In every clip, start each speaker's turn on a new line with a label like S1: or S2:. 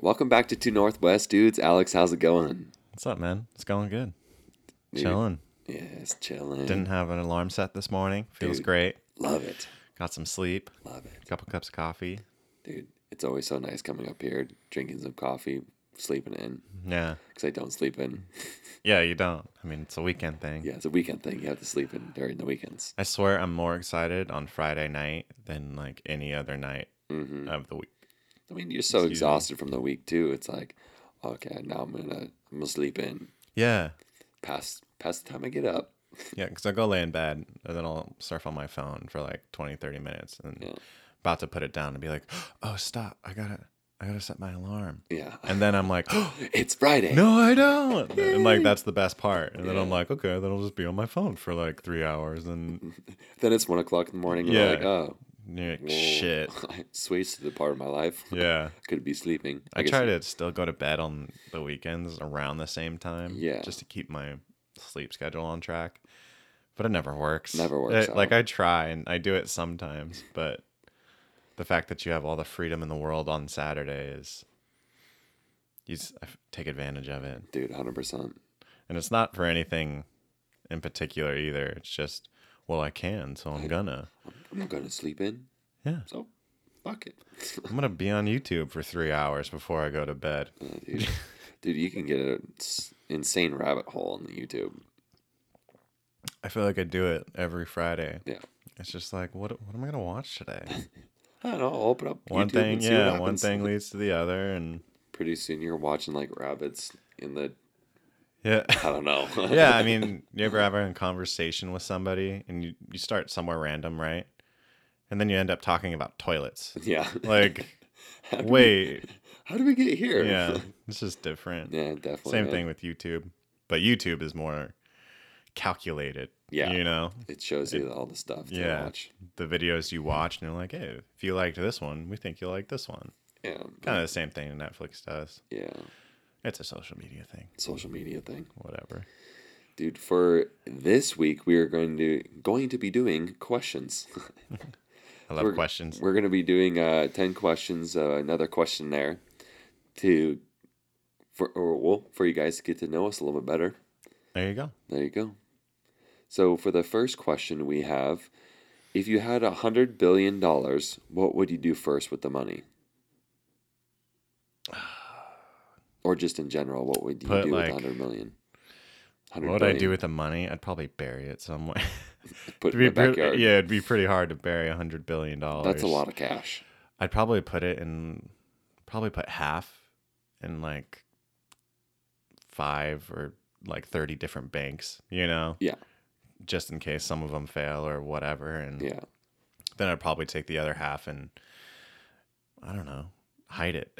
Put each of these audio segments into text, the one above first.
S1: Welcome back to Two Northwest Dudes. Alex, how's it going?
S2: What's up, man? It's going good. Chilling.
S1: Yeah, it's chilling.
S2: Didn't have an alarm set this morning. Feels
S1: Mm. Dude.
S2: great.
S1: Love it.
S2: Got some sleep.
S1: Love it.
S2: Couple cups of coffee.
S1: Dude, it's always so nice coming up here, drinking some coffee, sleeping in,
S2: Yeah.
S1: because I don't sleep in.
S2: Yeah, you don't. I mean, it's a weekend thing.
S1: Yeah, it's a weekend thing. You have to sleep in during the weekends.
S2: I swear I'm more excited on Friday night than like any other night
S1: hmm
S2: of the week.
S1: I mean, you're so
S2: Excuse me.
S1: exhausted from the week, too. It's like, okay, now I'm going to I'm gonna sleep in
S2: Yeah.
S1: past, past the time I get up.
S2: Yeah, because I'll go lay in bed and then I'll surf on my phone for like 20, 30 minutes and
S1: Yeah.
S2: about to put it down and be like, oh, stop. I gotta, I gotta set my alarm.
S1: Yeah.
S2: And then I'm like,
S1: it's Friday.
S2: No, I don't. And like that's the best part. And then I'm
S1: Yeah.
S2: like, okay, then I'll just be on my phone for like three hours and
S1: Then it's one o'clock in the morning. And yeah.
S2: Yeah.
S1: like, oh,
S2: you're like,
S1: whoa.
S2: shit.
S1: I switched to the part of my life.
S2: Yeah.
S1: Could be sleeping.
S2: I,
S1: guess
S2: try
S1: you-
S2: to still go to bed on the weekends around the same time.
S1: Yeah.
S2: Just to keep my sleep schedule on track. But it never works.
S1: Never works
S2: It- like
S1: out.
S2: I try and I do it sometimes, but the fact that you have all the freedom in the world on Saturday is you s- I f- take advantage of it.
S1: Dude, 100%.
S2: And it's not for anything in particular either. It's just, well, I can, so I'm gonna.
S1: I'm going to sleep in.
S2: Yeah.
S1: So, fuck it.
S2: I'm gonna be on YouTube for three hours before I go to bed.
S1: Uh, dude, dude, you can get an s- insane rabbit hole on the YouTube.
S2: I feel like I do it every Friday.
S1: Yeah.
S2: It's just like, what, what am I gonna watch today?
S1: I don't know. I'll open up
S2: One
S1: YouTube
S2: thing,
S1: and see what
S2: yeah, one
S1: happens.
S2: thing leads to the other, and
S1: Pretty soon you're watching like rabbits in the.
S2: yeah.
S1: I don't know.
S2: yeah, I mean, you ever have a conversation with somebody and you, you start somewhere random, right? And then you end up talking about toilets.
S1: yeah.
S2: Like,
S1: How do we-
S2: wait,
S1: how do we get here?
S2: yeah, it's just different.
S1: yeah, definitely.
S2: Same
S1: man.
S2: thing with YouTube, but YouTube is more calculated.
S1: Yeah.
S2: You know,
S1: It shows you all the stuff to
S2: yeah.
S1: watch.
S2: the videos you watch, and you're like, hey, if you liked this one, we think you'll like this one.
S1: Yeah.
S2: Kind of the same thing Netflix does.
S1: Yeah.
S2: It's a social media thing,
S1: Social media thing.
S2: whatever.
S1: Dude, for this week we are going to going to be doing questions.
S2: I love
S1: We're-
S2: questions.
S1: We're going to be doing uh, 10 questions, uh, another questionnaire to for or, well, for you guys to get to know us a little bit better.
S2: There you go.
S1: There you go. So for the first question we have, if you had a hundred billion dollars, what would you do first with the money? Or just in general, what would you
S2: Put,
S1: do with
S2: like,
S1: a hundred million?
S2: What would I do with the money? I'd probably bury it somewhere.
S1: put it in
S2: It'd be
S1: the
S2: pre-
S1: backyard?
S2: yeah, it'd be pretty hard to bury a hundred billion dollars.
S1: That's a lot of cash.
S2: I'd probably put it in, probably put half in like five or like 30 different banks, you know?
S1: Yeah.
S2: Just in case some of them fail or whatever. And
S1: Yeah.
S2: then I'd probably take the other half and I don't know, hide it.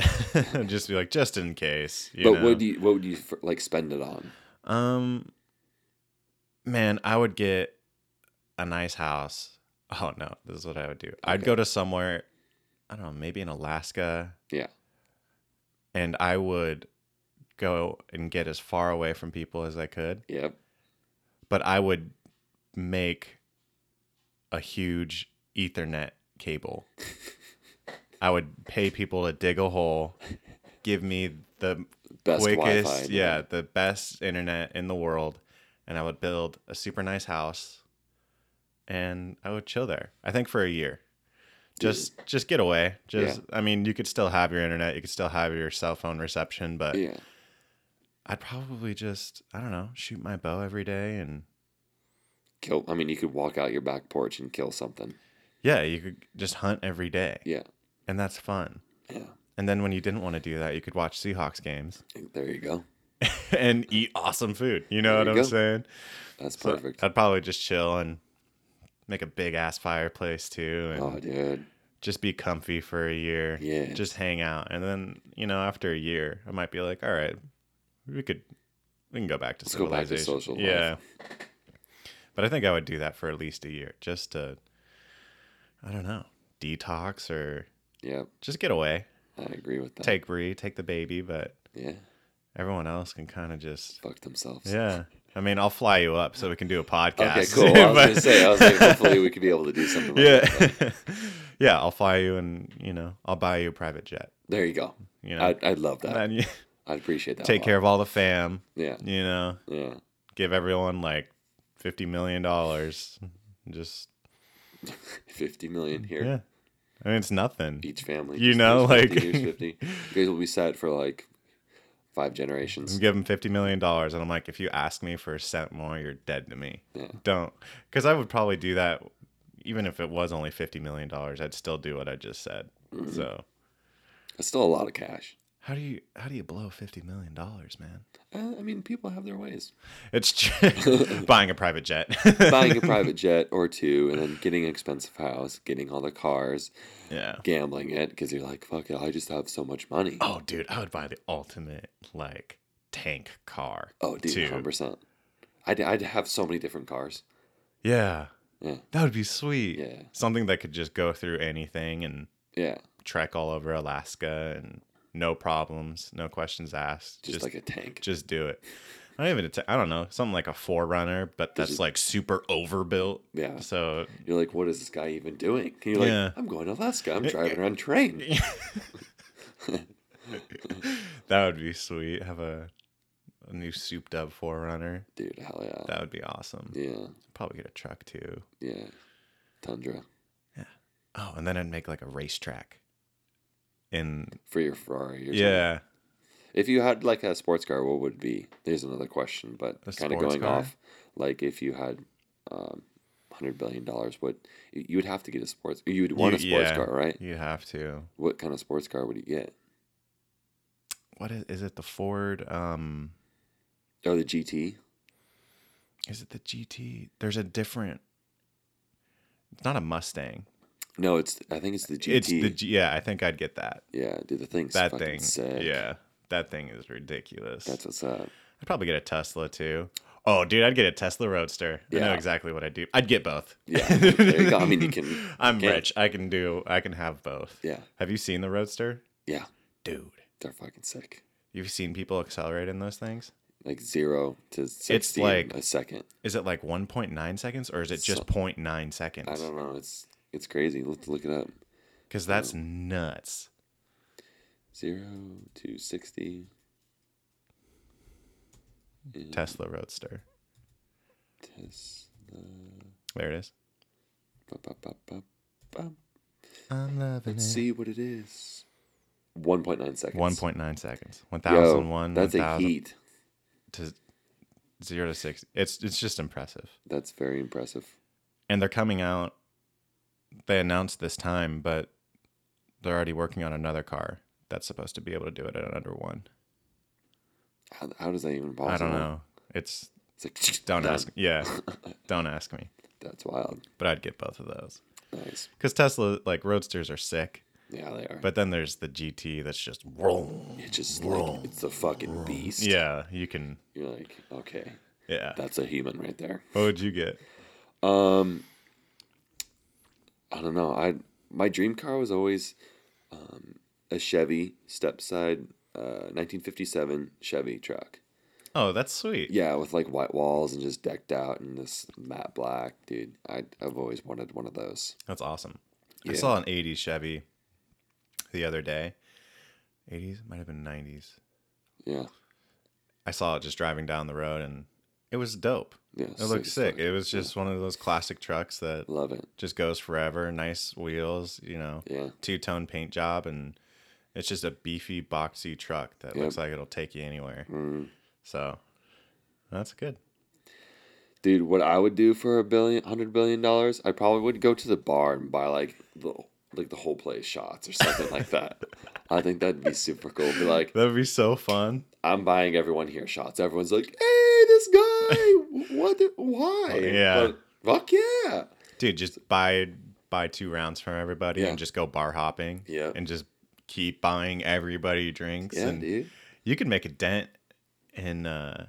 S2: just be like, just in case. You
S1: but
S2: know?
S1: would you what would you f- like spend it on?
S2: Um, man, I would get a nice house. Oh no, this is what I would do. I'd
S1: Okay.
S2: go to somewhere, I don't know, maybe in Alaska.
S1: Yeah.
S2: And I would go and get as far away from people as I could,
S1: Yep.
S2: but I would make a huge Ethernet cable. I would pay people to dig a hole, give me the
S1: Best
S2: quickest,
S1: Wi-Fi. in
S2: yeah,
S1: the-
S2: the best internet in the world, and I would build a super nice house, and I would chill there. I think for a year, just just get away. Just I mean, you could still have your internet, you could still have your cell phone reception, but
S1: Yeah.
S2: I'd probably just I don't know shoot my bow every day, and
S1: Kill. I mean, you could walk out your back porch and kill something.
S2: yeah, you could just hunt every day,
S1: Yeah.
S2: and that's fun.
S1: Yeah.
S2: And then when you didn't want to do that, you could watch Seahawks games
S1: There you go.
S2: and eat awesome food. You know
S1: There
S2: what
S1: you
S2: I'm
S1: go.
S2: saying?
S1: That's
S2: So
S1: perfect.
S2: I'd probably just chill and make a big ass fireplace too, and
S1: oh, dude.
S2: just be comfy for a year.
S1: Yeah.
S2: Just hang out, and then you know after a year, I might be like, all right, we could we can go back to
S1: Let's go back to
S2: civilization.
S1: social life.
S2: yeah. But I think I would do that for at least a year, just to I don't know detox or
S1: Yeah.
S2: just get away,
S1: I agree with that.
S2: take Bree, take the baby, but
S1: Yeah.
S2: everyone else can kind of just
S1: Fuck themselves.
S2: yeah. I mean, I'll fly you up so we can do a
S1: Okay,
S2: podcast.
S1: cool. I was
S2: but-
S1: gonna say, I was like, hopefully we could be able to do something. Like that.
S2: yeah yeah i'll fly you and you know i'll buy you a private jet
S1: There you go.
S2: You know,
S1: I'd, I'd love that.
S2: and you
S1: I'd appreciate that. a
S2: take
S1: lot.
S2: care of all the fam.
S1: Yeah,
S2: You know,
S1: yeah.
S2: give everyone like fifty million dollars. Just
S1: Fifty million here.
S2: yeah, I mean it's nothing.
S1: Each family.
S2: You
S1: just
S2: know,
S1: here's
S2: like-
S1: 50, here's fifty. You guys will be set for like five generations.
S2: Give him fifty million dollars, and I'm like, if you ask me for a cent more, you're dead to me.
S1: Yeah.
S2: Don't, because I would probably do that, even if it was only fifty million dollars. I'd still do what I just said.
S1: Mm-hmm.
S2: So
S1: That's still a lot of cash.
S2: how do you how do you blow fifty million dollars, man?
S1: Uh, I mean, people have their ways.
S2: It's tr- buying a private jet,
S1: Buying a private jet or two, and then getting an expensive house, getting all the cars,
S2: yeah.
S1: gambling it because you're like, fuck it, I just have so much money.
S2: Oh, dude, I would buy the ultimate like tank car.
S1: Oh, dude, hundred percent. I'd I'd have so many different cars.
S2: Yeah,
S1: Yeah,
S2: that would be sweet.
S1: Yeah.
S2: something that could just go through anything and
S1: yeah.
S2: trek all over Alaska and no problems, no questions asked.
S1: Just,
S2: Just,
S1: like a tank.
S2: just do it. Not even a t- I don't know something like a forerunner, but that's
S1: is-
S2: like super overbuilt.
S1: Yeah.
S2: So
S1: You're like, what is this guy even doing? And you're
S2: Yeah. Eh,
S1: like, I'm going to Alaska. I'm driving around train.
S2: that would be sweet. Have a, a new souped up forerunner.
S1: Dude, hell yeah.
S2: That would be awesome.
S1: Yeah,
S2: Probably get a truck too.
S1: yeah. Tundra
S2: Oh, and then I'd make like a racetrack. In
S1: for your Ferrari. Or something.
S2: yeah,
S1: If you had like a sports car, what would it be? There's another question, but
S2: A
S1: kind of
S2: sports
S1: going
S2: car?
S1: off, like if you had um, hundred billion dollars, what you you would have to get a sports. You would want a
S2: You-
S1: sports
S2: yeah.
S1: car, right?
S2: you have to.
S1: What kind of sports car would you get?
S2: What is, is it? The Ford? Um,
S1: Or Oh, the GT?
S2: is it the GT? There's a different. It's not a Mustang.
S1: No, it's. I think it's the GT.
S2: It's the G- yeah. I think I'd get that.
S1: yeah, dude, the thing's
S2: That
S1: fucking
S2: thing.
S1: sick.
S2: Yeah, that thing is ridiculous.
S1: that's what's up.
S2: I'd probably get a Tesla too. Oh, dude, I'd get a Tesla Roadster. I know
S1: Yeah.
S2: exactly what I do. I'd get both.
S1: Yeah, there you go. I mean, you can.
S2: I'm
S1: can.
S2: rich. I can do. I can have both.
S1: Yeah,
S2: Have you seen the Roadster,
S1: yeah,
S2: dude?
S1: they're fucking sick.
S2: You've seen people accelerate in those things.
S1: Like zero to sixty in
S2: like-
S1: a second.
S2: Is it like 1.9 seconds or is it just
S1: So-
S2: 0.9
S1: I
S2: seconds?
S1: don't know. It's it's crazy. Let's look it up.
S2: Because that's nuts.
S1: Zero to sixty. Mm,
S2: Tesla Roadster.
S1: Tesla.
S2: There it is.
S1: Ba, ba, ba, ba, ba.
S2: I'm loving
S1: Let's see what it is. One point nine seconds.
S2: 1.9 seconds.
S1: Yo,
S2: 1001.
S1: That's a
S2: 1000
S1: heat.
S2: To 0 to 60. It's, it's just impressive.
S1: That's very impressive.
S2: And they're coming out. They announced this time, but they're already working on another car that's supposed to be able to do it at under one.
S1: How, how does that even possible?
S2: I don't know. It's
S1: It's like
S2: don't
S1: done.
S2: ask. Yeah, don't ask me.
S1: That's wild.
S2: But I'd get both of those
S1: Nice.
S2: because Tesla like roadsters are sick.
S1: Yeah, they are.
S2: But then there's the GT that's just wrong.
S1: it's just like it's a fucking beast.
S2: Yeah, you can.
S1: You're like, okay,
S2: Yeah.
S1: that's a human right there.
S2: What would you get?
S1: Um, I don't know. I my dream car was always um, a Chevy stepside uh, 1957 Chevy truck.
S2: Oh, that's sweet.
S1: Yeah, with like white walls and just decked out in this matte black, dude. I I've always wanted one of those.
S2: That's awesome. I
S1: Yeah.
S2: saw an 80s Chevy the other day. 80s? Might have been 90s.
S1: Yeah,
S2: I saw it just driving down the road and it was dope.
S1: yeah.
S2: It looked
S1: as
S2: sick.
S1: fuck.
S2: It was just one of those classic trucks that
S1: Love it.
S2: just goes forever. Nice wheels, you know,
S1: Yeah,
S2: two tone paint job. And it's just a beefy, boxy truck that
S1: Yep.
S2: looks like it'll take you anywhere.
S1: Mm.
S2: So that's good.
S1: dude. What I would do for a billion, hundred billion dollars, I probably would go to the bar and buy like the like the whole place shots or something like that. I think that'd be super cool. Be like,
S2: That would be so fun.
S1: I'm buying everyone here shots. Everyone's like, "Hey, this guy, what? The, why?
S2: Oh, Yeah.
S1: But, fuck yeah,
S2: dude just buy buy two rounds from everybody
S1: Yeah.
S2: and just go bar hopping
S1: Yeah.
S2: and just keep buying everybody drinks
S1: yeah,
S2: and
S1: dude.
S2: you could make a dent in uh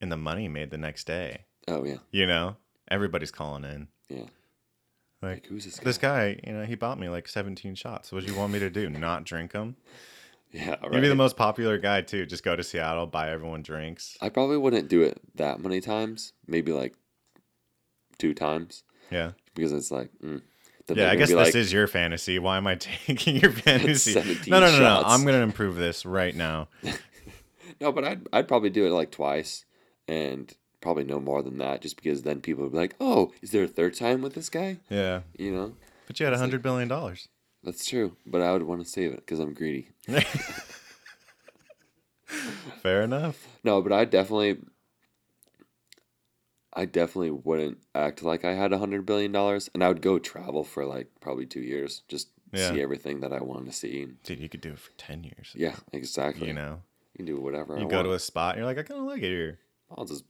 S2: in the money made the next day
S1: Oh yeah,
S2: you know everybody's calling in
S1: yeah.
S2: like
S1: Like, who's this guy?
S2: this guy you know he bought me like 17 shots what do you want me to do not drink them
S1: Yeah,
S2: you'd be the
S1: right.
S2: most popular guy too just go to seattle buy everyone drinks
S1: I probably wouldn't do it that many times. Maybe like two times
S2: yeah
S1: because it's like, mm, Then
S2: yeah,
S1: they're
S2: I
S1: gonna
S2: guess
S1: be
S2: this
S1: like,
S2: is your fantasy. Why am I taking your fantasy?
S1: 17
S2: No, no, no, no.
S1: shots.
S2: I'm gonna improve this right now.
S1: No, but I'd, I'd probably do it like twice and probably no more than that just because then people would be like, oh, is there a third time with this guy?
S2: Yeah,
S1: You know,
S2: but you had a hundred billion dollars.
S1: that's true. But I would want to save it because I'm greedy.
S2: Fair enough.
S1: No, but I definitely, I definitely wouldn't act like I had a hundred billion dollars, and I would go travel for like probably two years, just
S2: Yeah.
S1: see everything that I wanted to see.
S2: Dude, you could do it for ten years.
S1: Yeah, exactly.
S2: You know,
S1: you can do whatever
S2: you
S1: I
S2: go
S1: want.
S2: to a spot and you're like, I kind of like it here.
S1: I'll just,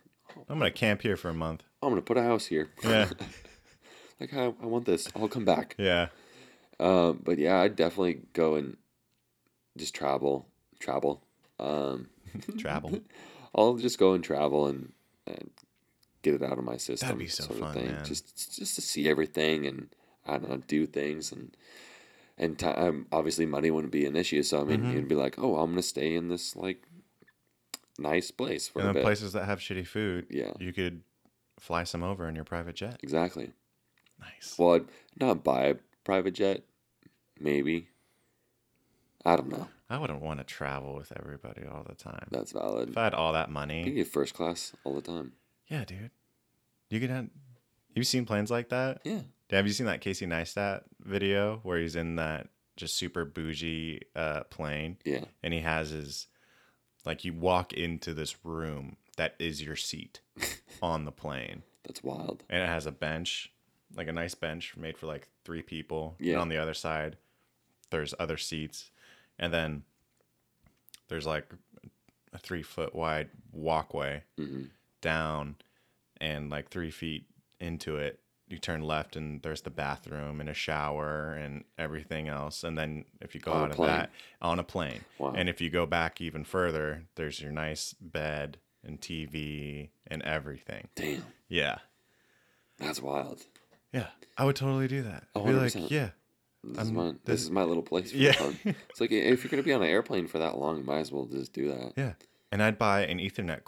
S2: I'm gonna camp here for a month.
S1: I'm gonna put a house here.
S2: Yeah,
S1: like I, I want this. I'll come back.
S2: yeah,
S1: Um, but yeah, I'd definitely go and just travel, travel. Um,
S2: travel.
S1: I'll just go and travel and, and get it out of my system.
S2: be so
S1: sort of
S2: fun,
S1: thing.
S2: man.
S1: Just just to see everything and I don't know, do things and and time. Obviously, money wouldn't be an issue. So I
S2: Mm-hmm.
S1: mean, you'd be like, oh, I'm gonna stay in this like nice place for a
S2: And the
S1: bit.
S2: places that have shitty food,
S1: Yeah.
S2: you could fly some over in your private jet.
S1: Exactly.
S2: Nice.
S1: Well, I'd not buy a private jet. Maybe. I don't know.
S2: I wouldn't want to travel with everybody all the time.
S1: That's
S2: If
S1: valid.
S2: I had all that
S1: You
S2: money,
S1: get first class all the time.
S2: yeah, dude, you could have. You've seen planes like that?
S1: Yeah.
S2: Have you seen that Casey Neistat video where he's in that just super bougie uh, plane
S1: Yeah.
S2: and he has his like you walk into this room that is your seat on the plane
S1: That's wild.
S2: and it has a bench, like a nice bench made for like three people.
S1: Yeah.
S2: And on the other side, there's other seats, and then there's like a three foot wide walkway
S1: Mhm.
S2: down, and like three feet into it, you turn left, and there's the bathroom and a shower and everything else. And then if you go
S1: On a
S2: out of
S1: plane.
S2: that on a plane,
S1: Wow.
S2: and if you go back even further, there's your nice bed and TV and everything.
S1: Damn.
S2: Yeah.
S1: That's wild.
S2: Yeah, I would totally do that. I'd
S1: Oh,
S2: be like,
S1: 100%.
S2: yeah,
S1: This is
S2: I'm-
S1: mine. This,
S2: this-
S1: is my little place. For
S2: Yeah.
S1: fun. It's like if you're gonna be on an airplane for that long, you might as well just do that.
S2: yeah, and I'd buy an Ethernet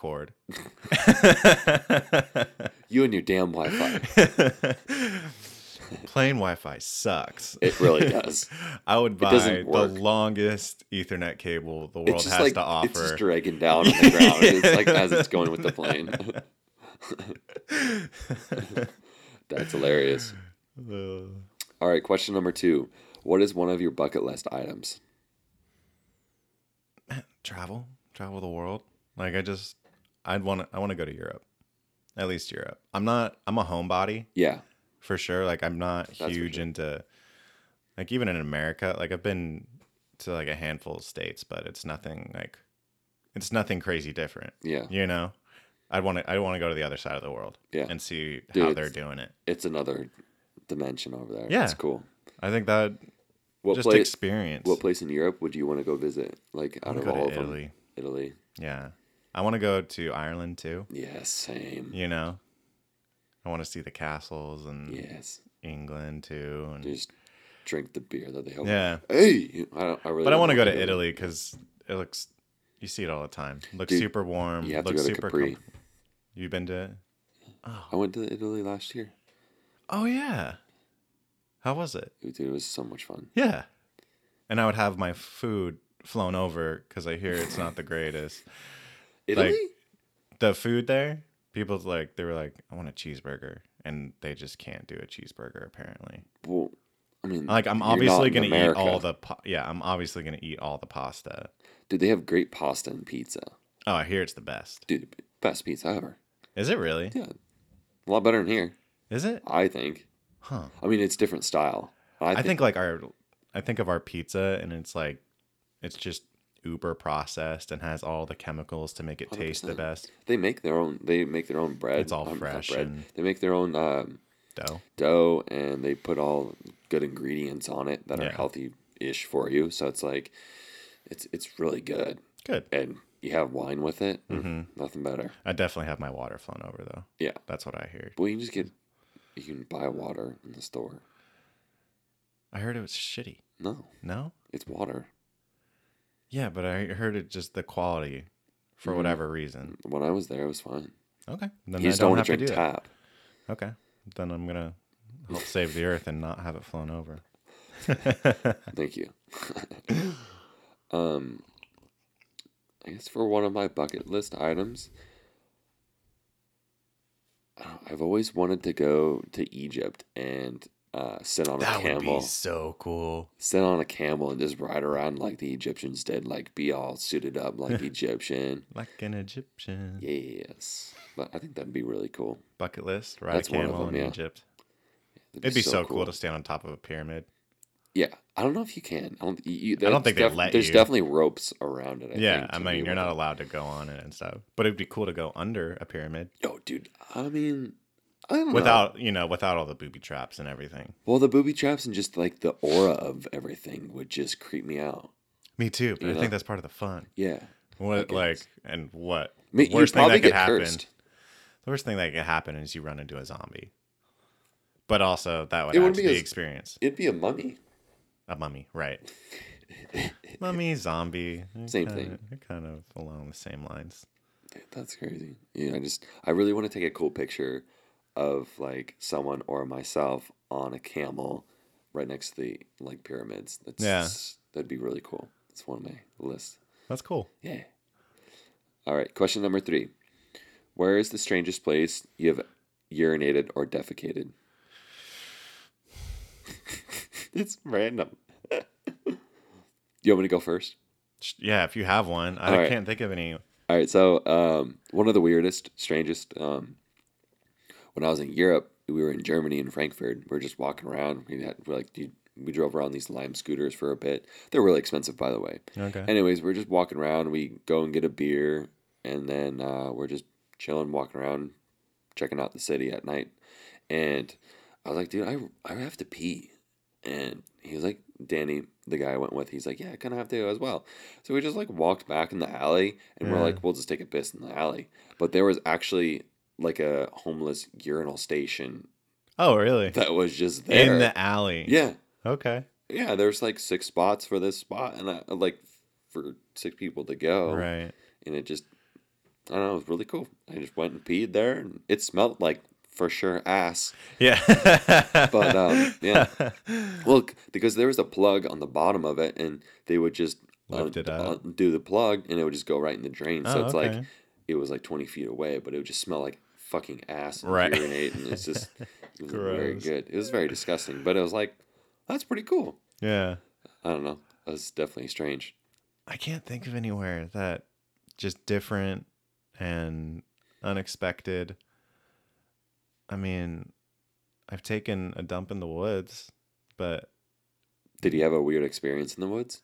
S2: cord.
S1: You and your damn Wi-Fi.
S2: Plain Wi-Fi sucks.
S1: It really does.
S2: I would buy
S1: doesn't
S2: the
S1: work.
S2: longest Ethernet cable the
S1: It's
S2: world
S1: just like
S2: has to
S1: it's just
S2: offer.
S1: dragging down on the ground.
S2: Yeah.
S1: It's like as it's going with the plane. That's hilarious.
S2: Uh,
S1: All right, question number two. What is one of your bucket list items?
S2: travel, travel the world. Like I just, I'd want to, I want to go to Europe, at least Europe. I'm not, I'm a homebody.
S1: Yeah,
S2: for sure. Like I'm not
S1: for
S2: huge
S1: sure.
S2: into like even in America, like I've been to like a handful of states, but it's nothing like it's nothing crazy different.
S1: yeah.
S2: You know? I'd want to I want to go to the other side of the world
S1: Yeah.
S2: and see
S1: Dude,
S2: how
S1: it's-
S2: they're doing it.
S1: It's another dimension over there.
S2: Yeah.
S1: it's cool.
S2: I think that
S1: What
S2: just
S1: place?
S2: experience.
S1: what place in Europe would you want to go visit? Like
S2: I
S1: out
S2: want
S1: of
S2: to
S1: all
S2: go
S1: of
S2: to
S1: them,
S2: Italy.
S1: Italy.
S2: Yeah. I want to go to Ireland too,
S1: Yes, same.
S2: you know. I want to see the castles and
S1: Yes,
S2: England too and
S1: just drink the beer that they have.
S2: yeah.
S1: Hey, I, don't, I really.
S2: But I
S1: don't
S2: want to go to
S1: Italy.
S2: Italy because it looks, you see it all the time. It looks
S1: Dude,
S2: super warm.
S1: you have to
S2: looks
S1: go to
S2: super
S1: Capri.
S2: You've been to?
S1: I went to Italy last year.
S2: Oh yeah. How was it?
S1: Dude, it was so much fun.
S2: Yeah. And I would have my food flown over because I hear it's not the greatest.
S1: Italy?
S2: The food there, people's like they were like, I want a cheeseburger, and they just can't do a cheeseburger apparently.
S1: well, I mean,
S2: Like I'm
S1: you're not
S2: obviously
S1: in
S2: gonna
S1: America.
S2: eat all the pa- yeah, I'm obviously gonna eat all the pasta.
S1: Dude, they have great pasta and pizza.
S2: Oh, I hear it's the best.
S1: Dude, best pizza ever.
S2: Is it really?
S1: Yeah, a lot better than here,
S2: Is it?
S1: I think.
S2: Huh.
S1: I mean, it's different style. I
S2: I
S1: think,
S2: think like our I think of our pizza and it's like it's just uber processed and has all the chemicals to make it taste the
S1: 100%.
S2: best
S1: they make their own. They make their own bread.
S2: It's all
S1: um, not
S2: fresh and-
S1: They make their own um,
S2: dough.
S1: dough, and they put all good ingredients on it that are
S2: Yeah.
S1: healthy-ish for you. So it's like, it's it's really good,
S2: Good.
S1: and you have wine with it. mm,
S2: Mm-hmm.
S1: Nothing better.
S2: I definitely have my water flown over though.
S1: Yeah.
S2: That's what I heard.
S1: Well, you can just get. You can buy water in the store.
S2: I heard it was shitty.
S1: No,
S2: No?
S1: it's water.
S2: Yeah, but I heard it just the quality for
S1: Mm-hmm.
S2: whatever reason.
S1: When I was there, it was fine.
S2: Okay. Then
S1: you
S2: I
S1: just don't
S2: don't
S1: want
S2: have
S1: to
S2: to
S1: drink
S2: do that.
S1: tap.
S2: Okay. Then I'm gonna help save the earth and not have it flown over.
S1: Thank you. um, I guess for one of my bucket list items, I don't- I've always wanted to go to Egypt and uh, sit on a
S2: That would
S1: camel,
S2: be so cool.
S1: sit on a camel and just ride around like the Egyptians did, like be all suited up like Egyptian.
S2: Like an Egyptian
S1: Yes, but I think that'd be really cool.
S2: bucket list, ride
S1: That's
S2: a
S1: one of
S2: camel
S1: them,
S2: in
S1: yeah.
S2: Egypt.
S1: That'd
S2: It'd be so, cool. to stand on top of a pyramid.
S1: Yeah, I don't know if you can. I don't. You, you,
S2: I don't
S1: that's
S2: think they
S1: def-
S2: let
S1: There's
S2: you.
S1: definitely ropes around it. I
S2: yeah,
S1: think,
S2: I
S1: to
S2: mean
S1: be
S2: you're
S1: able
S2: not allowed to go on it and stuff, but it'd be cool to go under a pyramid
S1: to- No, dude. I mean, I don't know.
S2: without you know without all the booby traps and everything.
S1: Well, the booby traps and just like the aura of everything would just creep me out.
S2: Me too, but
S1: You
S2: I
S1: know?
S2: think that's part of the fun.
S1: Yeah.
S2: What
S1: guess.
S2: like and what
S1: I mean,
S2: The
S1: you'd
S2: worst thing that
S1: probably
S2: could
S1: get
S2: happen.
S1: cursed.
S2: The worst thing that could happen is you run into a zombie. But also that would
S1: It
S2: add
S1: wouldn't
S2: to
S1: be
S2: the
S1: as-
S2: experience.
S1: It'd be a mummy.
S2: A mummy, right? mummy, zombie, they're
S1: Same
S2: kinda-
S1: thing.
S2: They're kind of along the same lines.
S1: That's crazy. Yeah, I just I really want to take a cool picture of like someone or myself on a camel right next to the like pyramids. That's
S2: Yeah.
S1: that'd be really cool. That's one of my lists.
S2: That's cool.
S1: Yeah. All right, question number 3. Where is the strangest place you have urinated or defecated? it's random. you want me to go first?
S2: Sh- Yeah, if you have one, I
S1: All right.
S2: can't think of any.
S1: All right, so um, one of the weirdest, strangest. Um, when I was in Europe, we were in Germany in Frankfurt. We were just walking around. We had we like you, we drove around these Lime scooters for a bit. They're really expensive, by the way.
S2: Okay.
S1: Anyways, we're just walking around. We go and get a beer, and then uh, we're just chilling, walking around, checking out the city at night. And I was like, dude, I, I have to pee. And he was like, Danny, the guy I went with, he's like, yeah, I kind of have to as well. So we just like walked back in the alley, and we're
S2: Yeah.
S1: like, we'll just take a piss in the alley. But there was actually like a homeless urinal station
S2: oh, really?
S1: that was just there.
S2: In the alley.
S1: yeah,
S2: Okay.
S1: yeah. There's like six spots for this spot, and I, like for six people to go
S2: Right.
S1: and it just I don't know, it was really cool. I just went and peed there, and it smelled like for sure ass.
S2: Yeah.
S1: But um, yeah, look because there was a plug on the bottom of it, and they would just uh,
S2: Lift it up.
S1: do the plug, and it would just go right in the drain. So
S2: Oh,
S1: it's like
S2: okay.
S1: it was like twenty feet away, but it would just smell like fucking ass and
S2: Right.
S1: urinate, and it's just it was very
S2: Gross.
S1: good. It was very disgusting, but it was like that's pretty cool.
S2: yeah.
S1: I don't know. That's definitely strange.
S2: I can't think of anywhere that just different and unexpected. I mean, I've taken a dump in the woods, but
S1: Did you have a weird experience in the woods?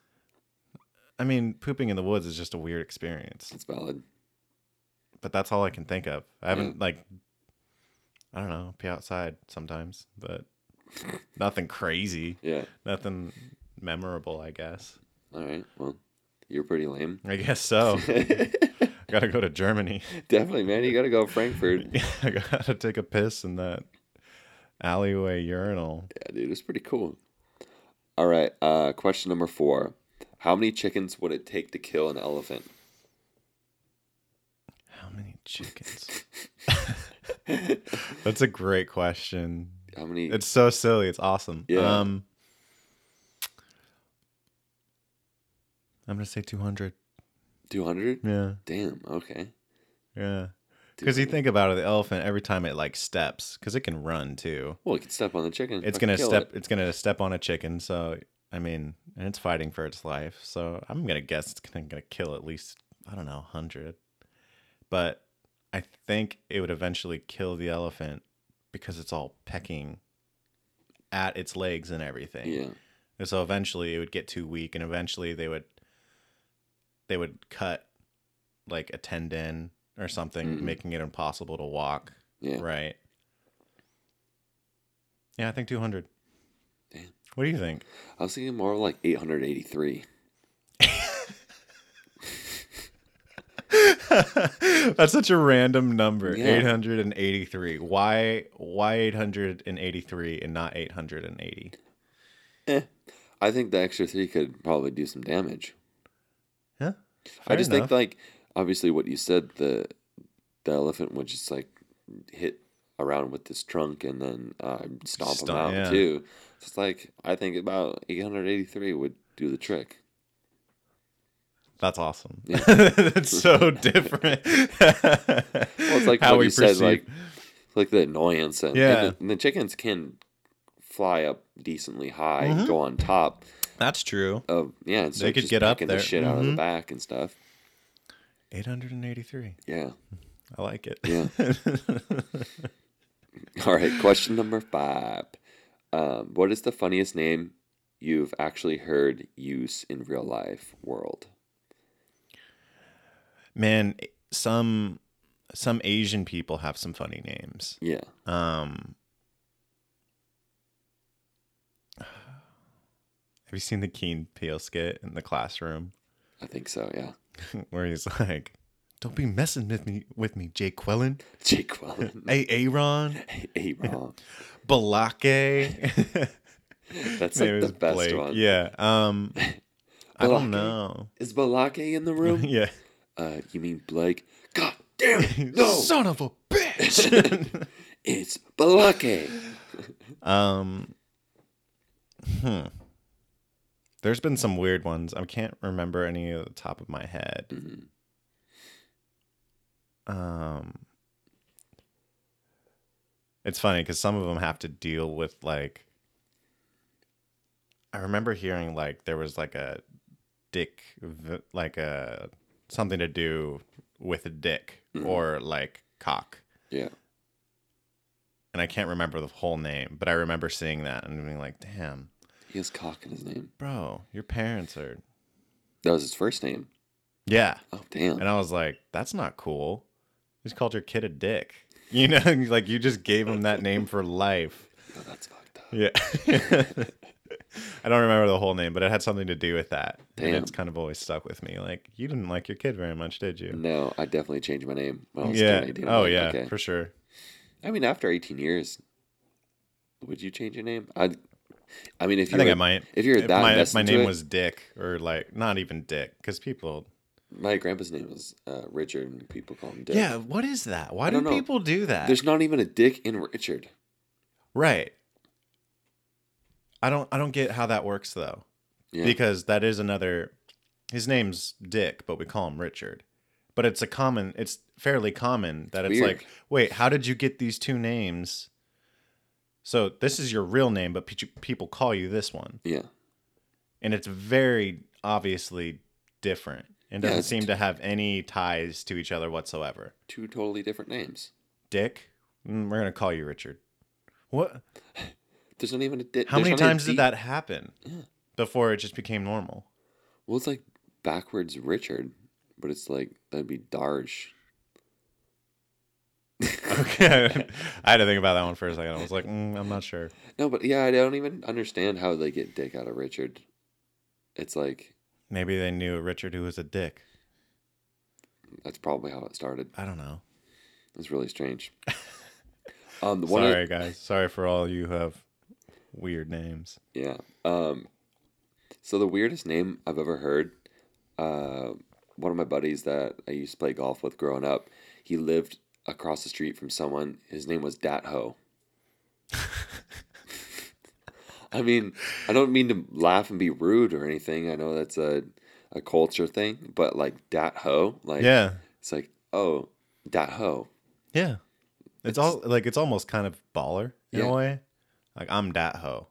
S2: I mean, pooping in the woods is just a weird experience.
S1: That's valid.
S2: But that's all I can think of. I haven't like I don't know, pee outside sometimes, but nothing crazy,
S1: Yeah.
S2: nothing memorable, I guess.
S1: All right. Well, you're pretty lame.
S2: I guess so.
S1: Definitely,
S2: I got to go to Germany.
S1: man. You got to go Frankfurt.
S2: Yeah, I gotta take a piss in that alleyway urinal.
S1: Yeah, dude, it's pretty cool. All right. Uh, question number four: How many chickens would it take to kill an elephant?
S2: How many chickens? That's a great question.
S1: How many?
S2: It's so silly. It's awesome.
S1: Yeah.
S2: Um, I'm gonna say 200.
S1: Two hundred.
S2: Yeah,
S1: Damn. Okay.
S2: yeah. Because you
S1: 200.
S2: think about it, the elephant every time it like steps, because it can run too.
S1: Well, you can step on the chicken.
S2: It's
S1: fucking
S2: gonna
S1: kill
S2: step.
S1: it.
S2: It's gonna step on a chicken. So I mean, and it's fighting for its life. So I'm gonna guess it's gonna, gonna kill at least I don't know hundred, but I think it would eventually kill the elephant because it's all pecking at its legs and everything.
S1: Yeah.
S2: And so eventually it would get too weak, and eventually they would they would cut like a tendon or something,
S1: Mhm.
S2: making it impossible to walk.
S1: Yeah.
S2: Right. Yeah, I think 200.
S1: Damn.
S2: What do you think?
S1: I was thinking more like eight hundred eighty-three.
S2: That's such a random number.
S1: Yeah.
S2: 883. Why why 883 and not 880?
S1: I think the extra three could probably do some damage.
S2: Huh?
S1: I
S2: Fair
S1: just
S2: enough.
S1: think like obviously what you said the the elephant would just like hit around with this trunk and then uh, stomp them
S2: Stomp,
S1: out
S2: yeah.
S1: too. It's like I think about 883 would do the trick.
S2: That's awesome.
S1: Yeah.
S2: That's so different.
S1: Well, it's like
S2: how
S1: what
S2: we
S1: you said,
S2: perceive.
S1: like like the annoyance and,
S2: Yeah.
S1: and, the, and the chickens can fly up decently high, and go on top
S2: That's true.
S1: of yeah. And so
S2: Mm-hmm. They could
S1: just
S2: get up
S1: picking
S2: there. Mm-hmm.
S1: the shit out of the back and stuff.
S2: 883.
S1: Yeah.
S2: I like it.
S1: Yeah. All right, question number five. Um, what is the funniest name you've actually heard use in real life world?
S2: Man, some some Asian people have some funny names.
S1: Yeah,
S2: Um Have you seen the Keen Peel skit in the classroom
S1: I think so. Yeah,
S2: where he's like, "Don't be messing with me with me, Jay Quellen,
S1: Jake Wellen,
S2: hey Aaron,
S1: Aaron.
S2: Balake."
S1: That's
S2: Maybe
S1: like the
S2: it was
S1: best
S2: Blake.
S1: one.
S2: Yeah. Um, I
S1: Balake.
S2: don't know.
S1: Is Balake in the room?
S2: yeah.
S1: uh, you mean Blake? God damn it! No,
S2: Son of a bitch.
S1: it's Balake.
S2: um, hmm. There's been some weird ones. I can't remember any at the top of my head.
S1: Mhm.
S2: Um, it's funny because some of them have to deal with like. I remember hearing like there was like a dick, v- like a something to do with a dick
S1: Mhm.
S2: or like cock.
S1: Yeah,
S2: And I can't remember the whole name, but I remember seeing that and being like, damn,
S1: he has cock in his name.
S2: bro, your parents are.
S1: That was his first name.
S2: Yeah.
S1: Oh damn!
S2: And I was like, that's not cool. You just called your kid a dick. You know, like you just gave him that name for life.
S1: No, Oh, that's fucked up.
S2: Yeah. I don't remember the whole name, but it had something to do with that. And
S1: Damn.
S2: it's kind of always stuck with me. Like, you didn't like your kid very much, did you?
S1: No, I definitely changed my name when I was
S2: yeah.
S1: 10, 18. I'm
S2: Oh,
S1: like,
S2: yeah,
S1: okay.
S2: for sure.
S1: I mean, after 18 years, would you change your name? I, I mean, if
S2: I
S1: you
S2: think
S1: were,
S2: I might.
S1: if you're
S2: If
S1: that
S2: my, if
S1: invested
S2: my
S1: into
S2: name
S1: it-
S2: was Dick, or like, not even Dick, because people.
S1: my grandpa's name was uh, Richard, and people call him Dick.
S2: Yeah, what is that? Why
S1: I
S2: do
S1: don't know.
S2: people do that?
S1: there's not even a Dick in Richard.
S2: right. I don't. I don't get how that works though,
S1: Yeah,
S2: because that is another. His name's Dick, but we call him Richard. But it's a common. It's fairly common that it's,
S1: weird.
S2: like, wait, how did you get these two names? So this is your real name, but pe- people call you this one,
S1: yeah,
S2: and it's very obviously different, and
S1: Yeah,
S2: doesn't
S1: it's
S2: seem
S1: t-
S2: to have any ties to each other whatsoever.
S1: two totally different names.
S2: Dick, Mm, we're gonna call you Richard. What?
S1: There's not even a Dick.
S2: How
S1: there's
S2: many
S1: not even a
S2: times
S1: D.
S2: did that happen
S1: Yeah.
S2: before it just became normal?
S1: Well, it's like backwards Richard, but it's like that'd be Darge.
S2: Okay, I had to think about that one for a second. I was like, mm, I'm not sure.
S1: No, but yeah, I don't even understand how they get Dick out of Richard. It's like
S2: Maybe they knew Richard who was a dick.
S1: that's probably how it started.
S2: I don't know.
S1: It's really strange. Um, the one
S2: Sorry, guys. Sorry for all you who have weird names.
S1: Yeah. Um, so the weirdest name I've ever heard. Uh, one of my buddies that I used to play golf with growing up, he lived across the street from someone. His name was Dat Ho. I mean, I don't mean to laugh and be rude or anything. I know that's a a culture thing, but like Dat Ho, like
S2: yeah,
S1: it's like oh Dat Ho,
S2: yeah. It's, all like it's almost kind of baller in
S1: Yeah.
S2: a way. Like I'm dat ho.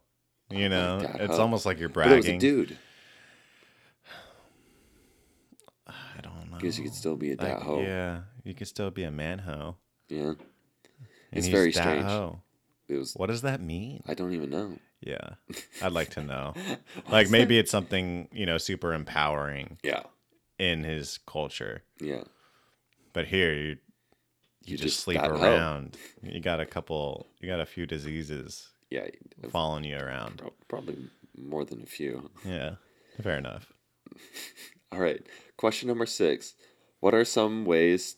S2: You know,
S1: dat
S2: it's
S1: ho.
S2: almost like you're
S1: but it was a
S2: bragging.
S1: dude
S2: I don't know.
S1: because you could still be a Dat
S2: Oh, Like,
S1: Ho. Yeah,
S2: Yeah, you could still be a man ho. and
S1: It's
S2: he's
S1: very
S2: dat
S1: strange.
S2: ho.
S1: it was.
S2: What does that mean?
S1: I don't even know.
S2: Yeah, I'd like to know.
S1: What's
S2: like
S1: that?
S2: maybe it's something you know super empowering
S1: Yeah,
S2: in his culture,
S1: yeah.
S2: but here you you,
S1: You
S2: just,
S1: just
S2: sleep
S1: got out.
S2: around. You got a couple, you got a few diseases
S1: Yeah,
S2: following you around.
S1: prob- probably more than a few.
S2: Yeah, fair enough.
S1: All right. Question number six. What are some ways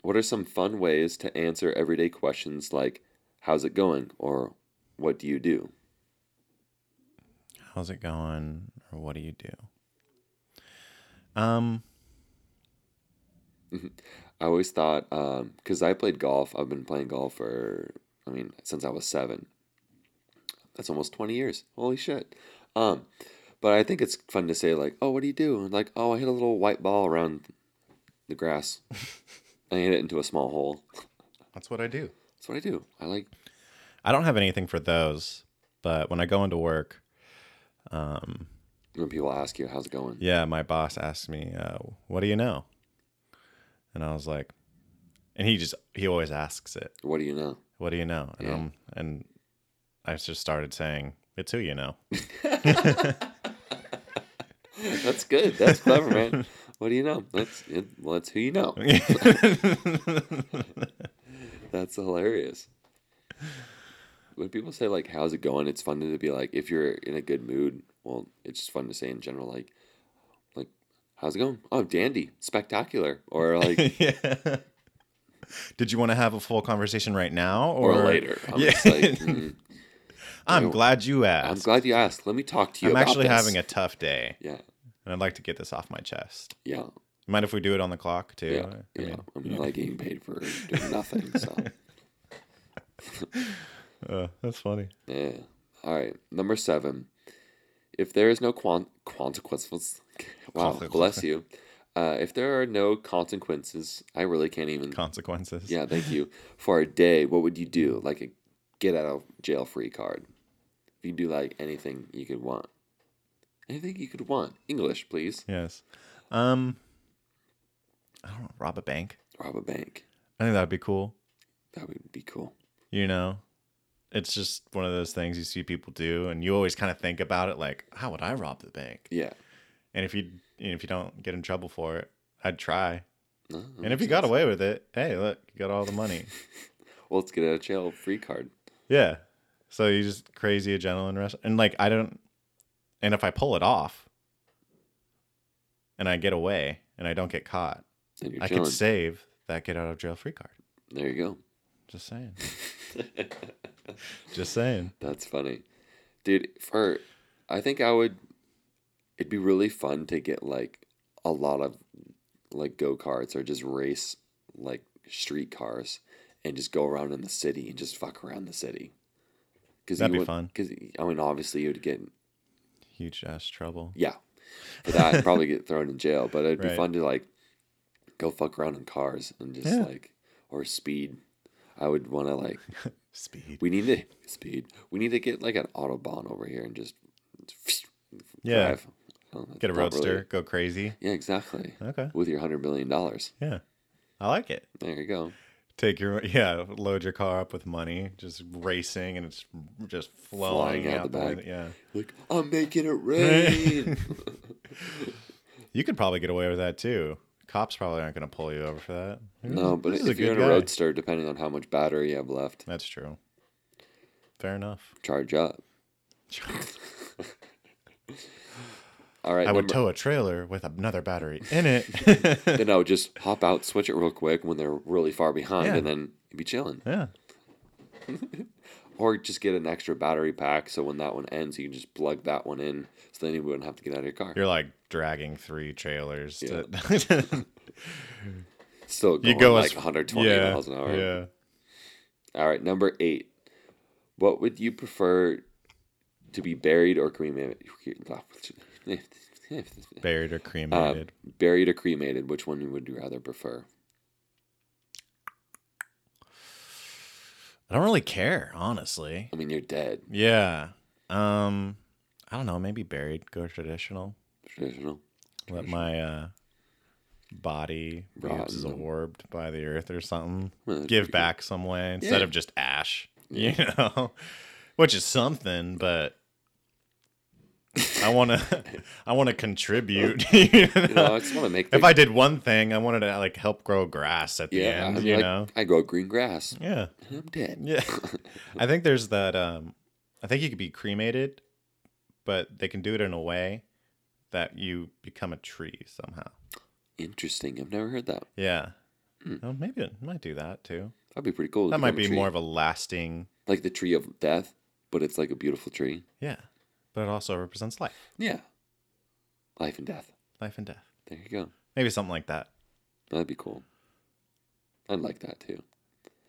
S1: what are some fun ways to answer everyday questions like how's it going or what do you do?
S2: How's it going? Or what do you do? Um,
S1: um, I always thought because I played golf, I've been playing golf for I mean, since I was seven. That's almost 20 years. Holy shit. Um, but I think it's fun to say, like, oh, what do you do? And like, oh, I hit a little white ball around the grass. I hit it into a small hole.
S2: That's what I do.
S1: That's what I do. I like,
S2: I don't have anything for those, but when I go into work, um,
S1: when people ask you, how's it going?
S2: yeah, my boss asked me, uh, "What do you know?" And I was like, and he just he always asks it.
S1: What do you know?
S2: What do you know? And
S1: Yeah.
S2: um, and I just started saying, "It's who you know."
S1: That's good. That's clever, man. What do you know? That's it, well, that's who you know. That's hilarious. When people say like, "How's it going?" It's fun to be like, if you're in a good mood. Well, it's just fun to say in general, like, like, "How's it going?" Oh, dandy, spectacular, or like,
S2: yeah. Did you want to have a full conversation right now
S1: or
S2: or,
S1: later. I'm
S2: yeah.
S1: just like, mm,
S2: I'm glad you
S1: I'm
S2: asked.
S1: glad you asked. Let me talk to you.
S2: I'm
S1: about
S2: actually
S1: this."
S2: having a tough day,
S1: yeah,
S2: and I'd like to get this off my chest.
S1: yeah,
S2: Mind if we do it on the clock too?
S1: yeah,
S2: I
S1: yeah.
S2: mean,
S1: I'm not like getting paid for doing nothing. So
S2: uh, that's funny.
S1: yeah. All right, number seven. If there is no quan- consequences, wow,
S2: Consequences.
S1: bless you. Uh, if there are no consequences, I really can't even.
S2: Consequences.
S1: Yeah, thank you. For a day, what would you do? Like a get out of jail free card. If you do like anything you could want. Anything you could want. English, please.
S2: Yes. Um. I don't know. Rob a bank.
S1: Rob a bank.
S2: I think that'd be cool.
S1: That would be cool.
S2: You know, it's just one of those things you see people do, and you always kind of think about it, like, how would I rob the bank?
S1: Yeah.
S2: And if you if you don't get in trouble for it, I'd try.
S1: No, that
S2: And if
S1: makes
S2: you got
S1: sense.
S2: away with it, hey, look, you got all the money.
S1: well, let's get out of jail free card.
S2: yeah. So you just crazy adrenaline rush, and like I don't. And if I pull it off, and I get away, and I don't get caught,
S1: Then you're
S2: I
S1: chilling.
S2: could save that get out of jail free card.
S1: there you go.
S2: Just saying. Just saying.
S1: That's funny. Dude, for I think I would it'd be really fun to get like a lot of like go-karts or just race like street cars and just go around in the city and just fuck around the city. Cause
S2: That'd
S1: you
S2: be
S1: would,
S2: fun.
S1: Cause I mean, obviously you'd get
S2: Huge ass trouble.
S1: yeah. For that, I'd probably get thrown in jail. But it'd be
S2: Right.
S1: fun to like go fuck around in cars and just
S2: Yeah.
S1: like or speed. I would want to like
S2: Speed.
S1: we need to speed. We need to get like an autobahn over here and just
S2: Yeah.
S1: drive. I don't know,
S2: Get a
S1: not really-
S2: roadster. Go crazy.
S1: Yeah, exactly.
S2: Okay.
S1: With your hundred million dollars,
S2: Yeah. I like it.
S1: there you go.
S2: Take your yeah, load your car up with money, just racing and it's just flowing
S1: Flying out
S2: out,
S1: the
S2: the, way
S1: back.
S2: that- Yeah.
S1: Like I'm making it rain.
S2: You could probably get away with that too. Cops probably aren't going to pull you over for that.
S1: no, but
S2: This is a
S1: if you're
S2: good
S1: in a
S2: guy.
S1: roadster, depending on how much battery you have left,
S2: That's true. Fair enough.
S1: charge up. All right,
S2: I would
S1: number-
S2: tow a trailer with another battery in it.
S1: then I would just hop out, switch it real quick when they're really far behind,
S2: Yeah.
S1: and then be chilling.
S2: yeah.
S1: Or just get an extra battery pack so when that one ends, you can just plug that one in so then you wouldn't have to get out of your car.
S2: You're like dragging three trailers.
S1: Yeah.
S2: To...
S1: Still going
S2: you go
S1: like
S2: as
S1: 120
S2: yeah,
S1: miles an hour.
S2: Yeah.
S1: All right, number eight. What would you prefer to be buried or cremated?
S2: Buried or
S1: Uh,
S2: cremated.
S1: buried or cremated? Which one would you rather prefer?
S2: I don't really care, honestly.
S1: I mean, you're dead.
S2: Yeah. Um I don't know, maybe buried, go traditional.
S1: Traditional.
S2: Let my uh body be
S1: Rotten.
S2: absorbed by the earth or something.
S1: Well, that'd
S2: Give
S1: be good.
S2: back some way instead
S1: Yeah.
S2: of just ash. You know? Which is something, but I wanna I wanna contribute. you
S1: You
S2: know?
S1: know, I just want to make.
S2: If
S1: the-
S2: I did one thing, I wanted to like help grow grass at the
S1: yeah,
S2: end,
S1: I mean,
S2: you
S1: like,
S2: know?
S1: I grow green grass.
S2: Yeah.
S1: And I'm dead.
S2: Yeah. I think there's that um I think you could be cremated, but they can do it in a way that you become a tree somehow.
S1: Interesting. I've never heard that.
S2: Yeah.
S1: Hmm.
S2: Oh, maybe it might do that too.
S1: That'd be pretty cool. to
S2: That might
S1: become a
S2: be
S1: tree.
S2: more of a lasting
S1: like the tree of death, but it's like a beautiful tree.
S2: yeah. But it also represents life.
S1: Yeah. Life and death.
S2: Life and death.
S1: There you go.
S2: Maybe something like that.
S1: That'd be cool. I'd like that too.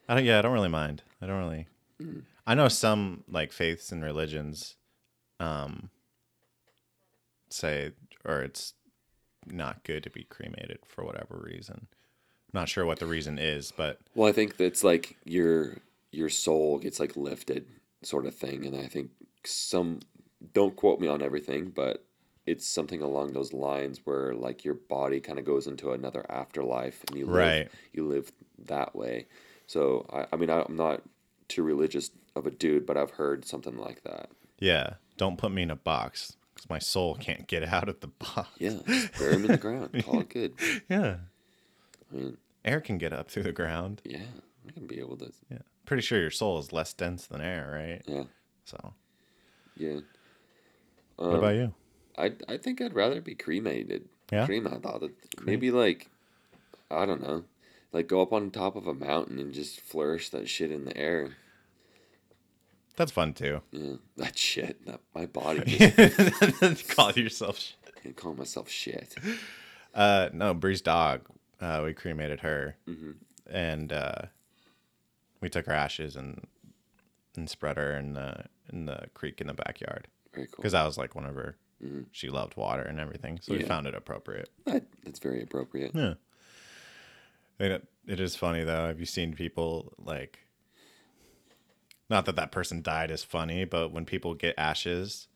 S2: I don't yeah, I don't really mind. I don't really
S1: Hmm.
S2: I know some like faiths and religions um say or it's not good to be cremated for whatever reason. I'm not sure what the reason is, but
S1: Well, I think that's like your your soul gets like lifted sort of thing, and I think some don't quote me on everything, but it's something along those lines where like your body kind of goes into another afterlife, and you live,
S2: Right.
S1: you live that way. So I, I mean, I, I'm not too religious of a dude, but I've heard something like that.
S2: yeah, don't put me in a box cuz my soul can't get out of the box.
S1: Yeah, just bury him in the ground, call it good.
S2: Yeah.
S1: I mean,
S2: Air can get up through the ground.
S1: yeah, I'm gonna be able to.
S2: Yeah. Pretty sure your soul is less dense than air, right?
S1: Yeah,
S2: So,
S1: yeah. Um,
S2: what about you?
S1: I I think I'd rather be cremated.
S2: Yeah?
S1: Cream, I thought that maybe like I don't know. Like go up on top of a mountain and just flourish that shit in the air.
S2: That's fun too.
S1: Yeah, that shit. That my body just
S2: Call yourself sh-
S1: can't call myself shit.
S2: Uh, no, Bree's dog. Uh, we cremated her, and uh, we took her ashes and and spread her in the in the creek in the backyard
S1: Very cool.
S2: because that was like one of her. She loved water and everything, so we
S1: Yeah.
S2: found it appropriate.
S1: That, that's very appropriate.
S2: Yeah. And it, it is funny though. Have you seen people like? Not that that person died is funny, but when people get ashes,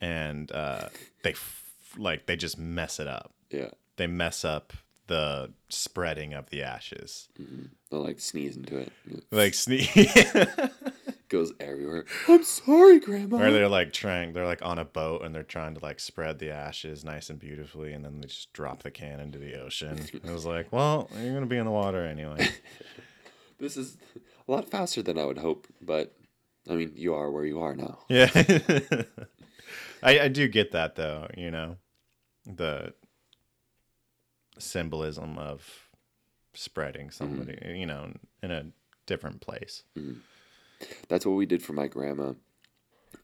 S2: and uh, they f- like they just mess it up
S1: Yeah.
S2: they mess up the spreading of the ashes.
S1: They'll like sneeze into it. It
S2: Like sneak
S1: goes everywhere. I'm sorry, grandma.
S2: or they're like trying they're like on a boat and they're trying to like spread the ashes nice and beautifully and then they just drop the can into the ocean. It was like, well, you're gonna be in the water anyway.
S1: This is a lot faster than I would hope, but I mean, you are where you are now.
S2: Yeah. I, I do get that though, you know. The symbolism of spreading
S1: Mm-hmm.
S2: somebody, you know, in a different place.
S1: That's what we did for my grandma.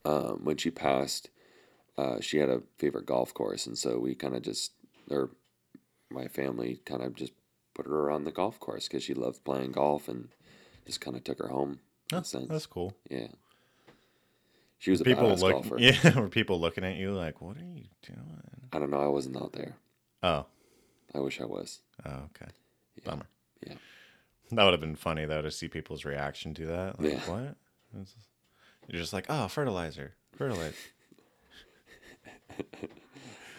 S1: Um, when she passed, uh, she had a favorite golf course, and so we kind of just, or my family kind of just put her around the golf course because she loved playing golf and just kind of took her home. in a sense.
S2: That's cool.
S1: yeah. She was a
S2: people
S1: badass
S2: look
S1: golfer.
S2: yeah were people looking at you like what are you doing
S1: I don't know. I wasn't out there.
S2: oh,
S1: I wish I was.
S2: oh okay bummer
S1: Yeah.
S2: that would have been funny though to see people's reaction to that like
S1: Yeah.
S2: what It's- you're just like oh fertilizer fertilizer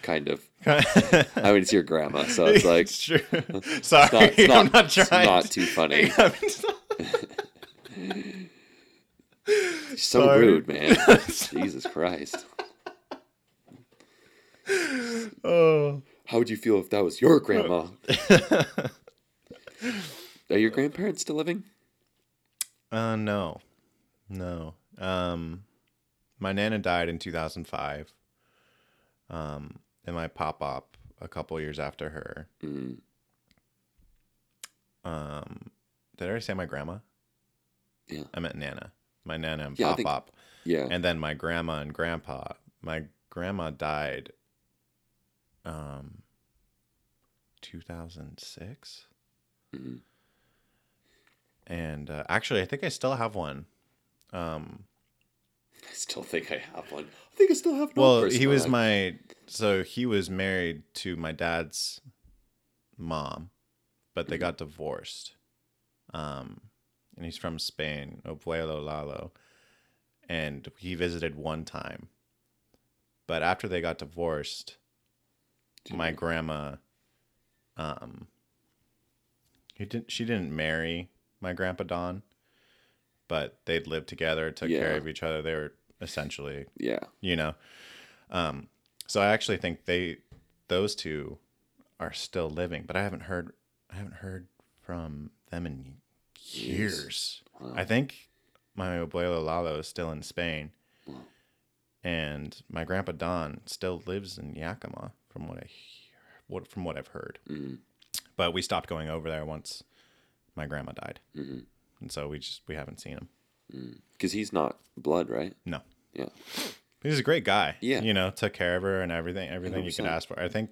S1: Kind of.
S2: it's
S1: I mean, it's your grandma, so it's like, it's
S2: true sorry
S1: not, it's
S2: i'm
S1: not,
S2: not
S1: it's
S2: trying
S1: not
S2: to-
S1: too funny. So
S2: Sorry.
S1: rude, man. Jesus Christ.
S2: oh
S1: How would you feel if that was your grandma? Are your grandparents still living?
S2: uh no no um my nana died in 2005 um and my pop-up a couple years after her
S1: Mm,
S2: um did I already say my grandma?
S1: Yeah.
S2: I meant Nana. My Nana and
S1: Yeah, I
S2: Pop
S1: think-
S2: Pop.
S1: yeah.
S2: And then my grandma and grandpa. My grandma died um 2006.
S1: Mhm.
S2: And uh, actually I think I still have one. Um
S1: I still think I have one. I think I still have one.
S2: well, he was my so he was married to my dad's mom, but they got divorced. Um, and he's from Spain, Opuelo Lalo, and he visited one time. But after they got divorced, my grandma, um, he didn't. She didn't marry my grandpa Don, but they'd lived together, took care
S1: Yeah.
S2: of each other. They were essentially
S1: Yeah.
S2: you know um so i actually think they those two are still living but i haven't heard i haven't heard from them in years i think my abuelo lalo is still in spain and my grandpa don still lives in yakima from what i hear what from what i've heard
S1: Mm,
S2: but we stopped going over there once my grandma died
S1: Mhm.
S2: and so we just we haven't seen him
S1: Because he's not blood, right?
S2: no
S1: Yeah.
S2: He's a great guy.
S1: Yeah.
S2: You know, took care of her and everything, everything you could
S1: 100%.
S2: ask for. I think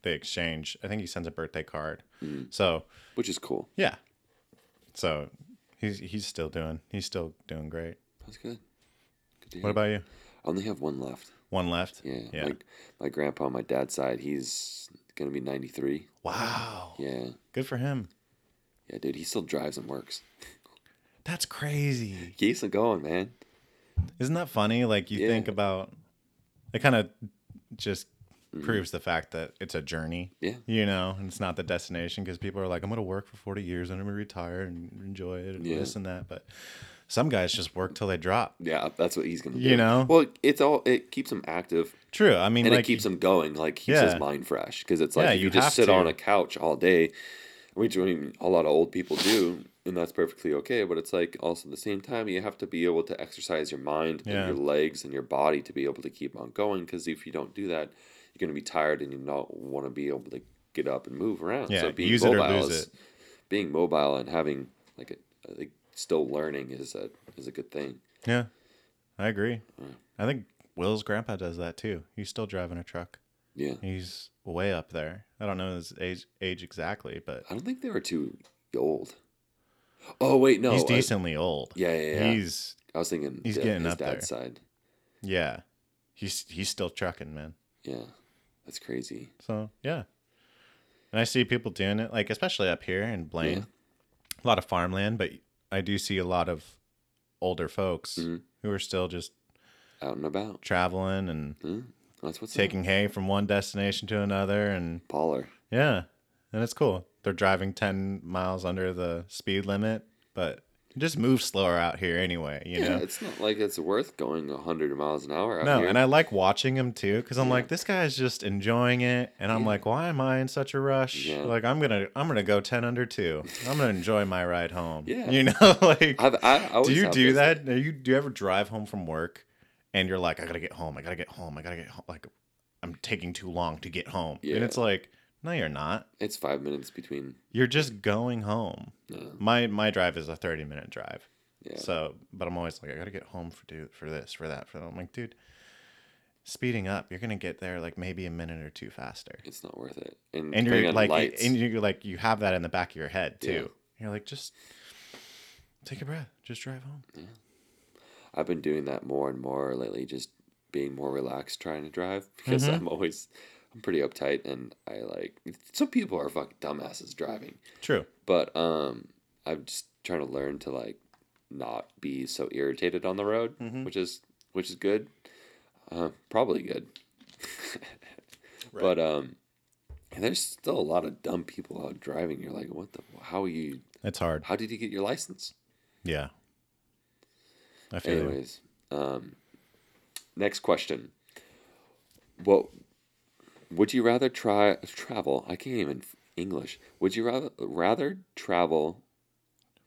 S2: they
S1: Mm.
S2: exchange, I think he sends a birthday card. So,
S1: Which is cool.
S2: yeah. So He's he's still doing. He's still doing great.
S1: That's good. good to
S2: What
S1: hear.
S2: about you?
S1: I only have one left.
S2: One left.
S1: Yeah.
S2: Yeah.
S1: Like my grandpa on my dad's side, he's gonna be ninety three.
S2: wow.
S1: Yeah.
S2: Good for him.
S1: Yeah, dude, he still drives and works.
S2: That's crazy.
S1: Keeps it going, man.
S2: Isn't that funny? Like you
S1: Yeah.
S2: think about it kind of just proves the fact that it's a journey.
S1: Mm. Yeah.
S2: You know, and it's not the destination because people are like, I'm gonna work for 40 years and I'm gonna retire and enjoy it and
S1: Yeah.
S2: this and that. But some guys just work till they drop.
S1: Yeah, that's what he's gonna do.
S2: You know?
S1: Well, it's all it keeps him active
S2: True. I mean,
S1: and
S2: like
S1: it keeps him going. Like keeps
S2: Yeah.
S1: his mind fresh because it's like
S2: Yeah,
S1: if you,
S2: you have
S1: just sit
S2: to.
S1: on a couch all day, which I mean, a lot of old people do, and that's perfectly okay. But it's like also at the same time you have to be able to exercise your mind
S2: Yeah.
S1: and your legs and your body to be able to keep on going. Because if you don't do that, you're gonna be tired and you not want to be able to get up and move around.
S2: Yeah,
S1: so being
S2: use it or
S1: mobile
S2: lose
S1: is,
S2: it.
S1: being mobile and having like a, like still learning is a is a good thing.
S2: Yeah, I agree.
S1: Mm.
S2: I think Will's grandpa does that too. He's still driving a truck.
S1: Yeah,
S2: He's way up there. I don't know his age age exactly, but
S1: I don't think they were too old. Oh wait, no,
S2: he's
S1: I-
S2: decently old.
S1: yeah, yeah, yeah.
S2: He's
S1: I was thinking
S2: He's
S1: da-
S2: getting
S1: his
S2: up
S1: dad's side.
S2: yeah. He's he's still trucking, man.
S1: Yeah, that's crazy.
S2: So yeah. And I see people doing it, like especially up here in Blaine.
S1: Yeah.
S2: A lot of farmland, but I do see a lot of older folks
S1: Mhm.
S2: who are still just
S1: Out and about.
S2: traveling and
S1: Mm, that's what's taking
S2: taking hay from one destination to another and
S1: Baller.
S2: Yeah. And it's cool. They're driving 10 miles under the speed limit, but just move slower out here anyway, you
S1: Yeah,
S2: know?
S1: it's not like it's worth going hundred miles an hour out
S2: No,
S1: here.
S2: and I like watching them too because I'm
S1: Yeah.
S2: like, this guy's just enjoying it, and I'm
S1: Yeah.
S2: like, why am I in such a rush?
S1: Yeah.
S2: Like, I'm gonna, I'm gonna go ten under two. I'm gonna enjoy my ride home.
S1: Yeah.
S2: you know, like,
S1: I've, I always
S2: do you
S1: have
S2: do
S1: this-
S2: that? Are you do you ever drive home from work, and you're like, I gotta get home. I gotta get home. I gotta get home. Like, I'm taking too long to get home, and
S1: Yeah.
S2: it's like, no, you're not.
S1: It's five minutes between.
S2: You're just going home.
S1: Yeah,
S2: my my drive is a 30 minute drive
S1: yeah.
S2: so but i'm always like i gotta get home for do for this for that for that i'm like dude speeding up you're gonna get there like maybe a minute or two faster
S1: it's not worth it. And,
S2: and
S1: depending
S2: you're
S1: on
S2: like
S1: lights,
S2: and you're like you have that in the back of your head too
S1: Yeah.
S2: you're like just take a breath just drive home
S1: I've been doing that more and more lately, just being more relaxed trying to drive because
S2: Mm-hmm.
S1: I'm always, I'm pretty uptight and I like, some people are fucking dumbasses driving.
S2: true
S1: but um i'm just trying to learn to like not be so irritated on the road which is which is good uh, probably good but um and there's still a lot of dumb people out driving you're like what the how are you
S2: it's hard
S1: how did you get your license
S2: yeah i feel you.
S1: anyways um next question what would you rather try travel i can't even english would you rather rather travel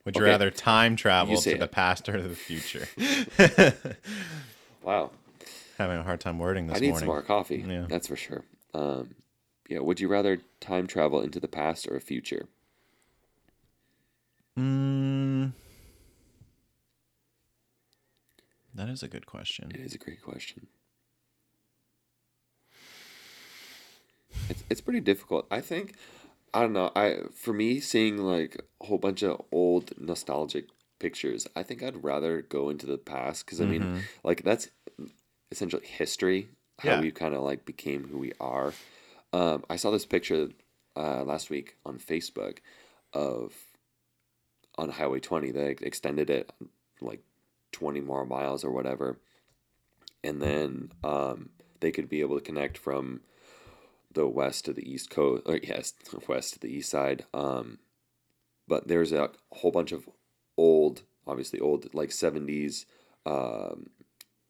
S2: would you
S1: okay.
S2: rather time travel
S1: You say
S2: to the
S1: it.
S2: past or the future
S1: wow
S2: having a hard time wording this
S1: I need
S2: morning
S1: some more coffee.
S2: Yeah.
S1: That's for sure. Um, yeah. Would you rather time travel into the past or future?
S2: Mm. That is a good question.
S1: It is a great question. It's it's pretty difficult. I think I don't know. I for me seeing like a whole bunch of old nostalgic pictures, I think I'd rather go into the past because I
S2: Mm-hmm.
S1: mean, like that's essentially history. How
S2: Yeah.
S1: we kind of like became who we are. Um, I saw this picture uh, last week on Facebook of on Highway 20. They like, extended it like 20 more miles or whatever, and then um, they could be able to connect from the west to the east coast, or yes, west to the east side. Um, but there's a whole bunch of old, obviously old, like 70s um,